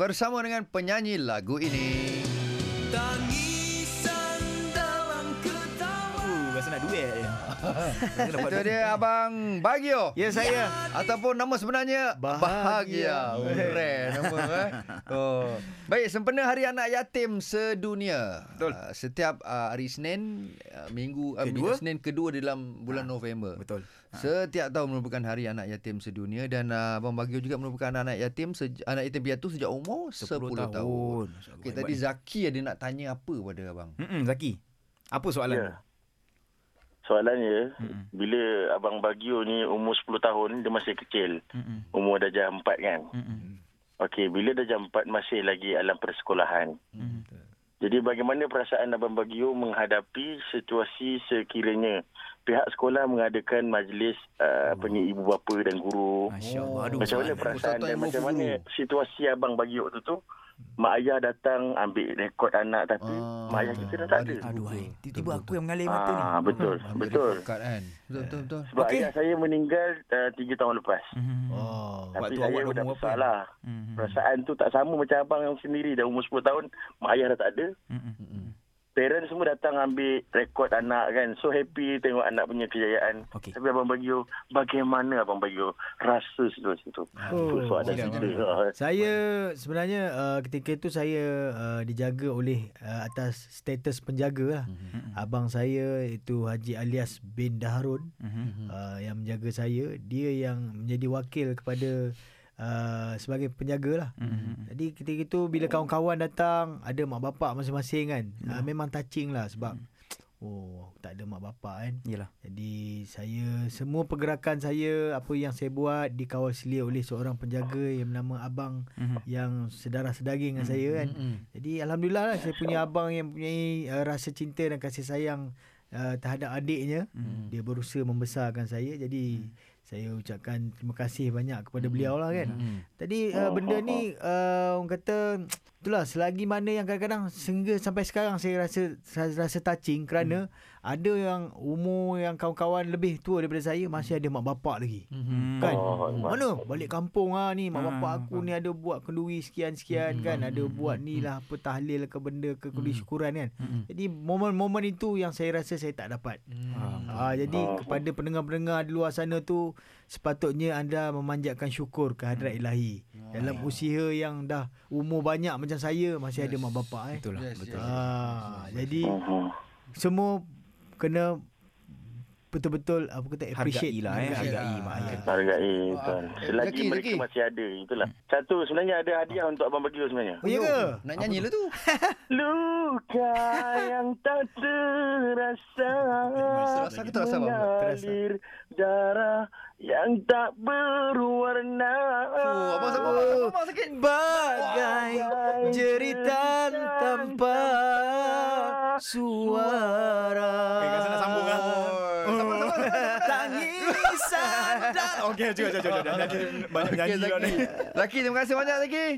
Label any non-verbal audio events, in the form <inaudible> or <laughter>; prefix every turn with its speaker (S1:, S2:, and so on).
S1: bersama dengan penyanyi lagu ini.
S2: Tangisan dalam ketawa
S3: Uh, rasa nak duet
S1: <laughs>
S3: je. Kena buat
S1: Itu
S3: duet.
S1: dia Abang Bagio.
S3: Ya saya.
S1: Ataupun nama sebenarnya Bahagia.
S3: Bahagia.
S1: Oh, Rare nama eh. Oh. Baik, sempena Hari Anak Yatim sedunia.
S3: Betul.
S1: Uh, setiap uh, hari Senin, uh, minggu uh,
S3: Kedua. Ah,
S1: Senin kedua di dalam bulan November.
S3: Betul. Ah.
S1: Setiap tahun merupakan Hari Anak Yatim Sedunia dan uh, Abang Bagio juga merupakan anak yatim seja, anak yatim piatu sejak umur 10,
S3: 10
S1: tahun.
S3: tahun.
S1: Okey, tadi Zaki ada nak tanya apa pada abang?
S3: Hmm, Zaki. Apa soalan?
S4: Ya. Soalannya,
S3: Mm-mm.
S4: bila Abang Bagio ni umur 10 tahun, dia masih kecil.
S3: Hmm.
S4: Umur darjah 4 kan?
S3: Hmm.
S4: Okey, bila darjah 4 masih lagi alam persekolahan.
S3: Hmm.
S4: Jadi bagaimana perasaan Abang Bagio menghadapi situasi sekiranya pihak sekolah mengadakan majlis uh, apa ni ibu bapa dan guru.
S3: Masya-Allah.
S1: Oh.
S3: Aduh.
S4: Macam mana
S3: soalan.
S4: perasaan
S1: Ustaz
S4: dan
S1: Taimur
S4: macam
S1: Guru.
S4: mana situasi Abang Bagio tu tu? Mak ayah datang ambil rekod anak tapi
S1: Ah,
S4: mak ayah kita dah tak ada.
S3: Aduh, hai.
S1: Betul,
S3: tiba-tiba
S1: betul.
S3: aku yang mengalir mata ni.
S4: Ah, betul,
S1: Ambil
S4: betul.
S1: Dekat, kan? Betul, betul, betul.
S4: Sebab
S3: Okey.
S4: okay. ayah saya meninggal uh, 3 tahun lepas.
S3: Hmm.
S1: Oh.
S4: Tapi
S3: Waktu
S4: saya
S3: awak dah
S4: dah
S3: umur
S4: besar
S3: berapa?
S4: lah.
S3: Hmm.
S4: Perasaan tu tak sama macam abang yang sendiri. Dah umur 10 tahun, mak ayah dah tak ada.
S3: Hmm.
S1: Mm-mm.
S4: Parents semua datang ambil rekod anak kan. So happy tengok anak punya kejayaan.
S3: Okey.
S4: Tapi abang Bagio, bagaimana abang Bagio rasa situasi tu?
S5: Oh,
S4: Itu soalan
S3: silakan,
S4: kita.
S5: Saya sebenarnya uh, ketika itu saya uh, dijaga oleh uh, atas status penjaga lah. Abang saya itu Haji Alias bin Daharun
S3: Hmm.
S5: uh, yang menjaga saya. Dia yang menjadi wakil kepada uh, sebagai penjaga lah. Jadi ketika itu bila kawan-kawan datang ada mak bapak masing-masing kan. Uh, memang touching lah sebab oh aku tak ada mak bapak kan.
S3: Yalah.
S5: Jadi saya semua pergerakan saya apa yang saya buat dikawal selia oleh seorang penjaga yang bernama abang
S3: Mhm.
S5: yang sedara sedaging dengan saya kan. Jadi alhamdulillah lah saya punya abang yang mempunyai uh, rasa cinta dan kasih sayang uh, terhadap adiknya.
S3: Mhm.
S5: Dia berusaha membesarkan saya. Jadi saya ucapkan terima kasih banyak
S3: Mhm.
S5: kepada beliau lah kan. Tadi uh, benda ni uh, orang kata itulah selagi mana yang kadang-kadang sehingga sampai sekarang saya rasa saya rasa touching
S3: Mhm.
S5: kerana ada yang umur yang kawan-kawan lebih tua daripada saya masih ada mak bapak lagi.
S1: Ah. Mm-hmm.
S3: Hmm.
S5: Kan?
S4: Oh,
S5: Mana balik kampung ah ni
S3: Ah,
S5: mak
S3: Hmm,
S5: bapak aku ni ada buat kenduri sekian-sekian kan ada buat ni lah apa tahlil ke benda ke kenduri syukuran kan.
S3: Hmm,
S5: Jadi momen-momen itu yang saya rasa saya tak dapat. Ah,
S1: Hmm.
S5: jadi
S4: Ah.
S5: kepada pendengar-pendengar di luar sana tu sepatutnya anda memanjatkan syukur kehadrat
S3: Hmm.
S5: ilahi
S3: Ah.
S5: dalam usia yang dah umur banyak macam saya masih ada mak bapak eh.
S3: Betul lah.
S1: Yes,
S3: Betul.
S1: yes.
S5: Ah, jadi
S4: Mhm.
S5: semua kena betul-betul apa kata appreciate
S3: Hargai lah eh.
S5: Appreciate
S3: Hargai
S5: lah.
S3: mak ayah.
S4: Hargai
S1: Ah,
S4: kan.
S1: eh,
S4: Selagi
S1: Zaki,
S4: mereka
S1: Zaki.
S4: masih ada Itulah Satu sebenarnya ada hadiah Untuk Abang Bagio sebenarnya
S5: Oh ya ke?
S1: Nak nyanyi lah tu.
S4: Luka yang tak terasa
S1: Terasa ke terasa, Abang?
S4: Mengalir darah yang tak berwarna
S1: Oh, abang sama abang, abang sakit.
S3: Bagai jeritan tanpa suara.
S1: Eh, rasa nak sambung ah.
S3: Oh.
S1: <laughs> Sama, sama, sama, sama.
S3: Tangisan dan... Okey, cukup, cukup, cukup. Dah, dah, dah. Banyak
S1: Okey,
S3: nyanyi lah
S1: Zaki.
S3: ni.
S1: Zaki, terima kasih banyak Zaki.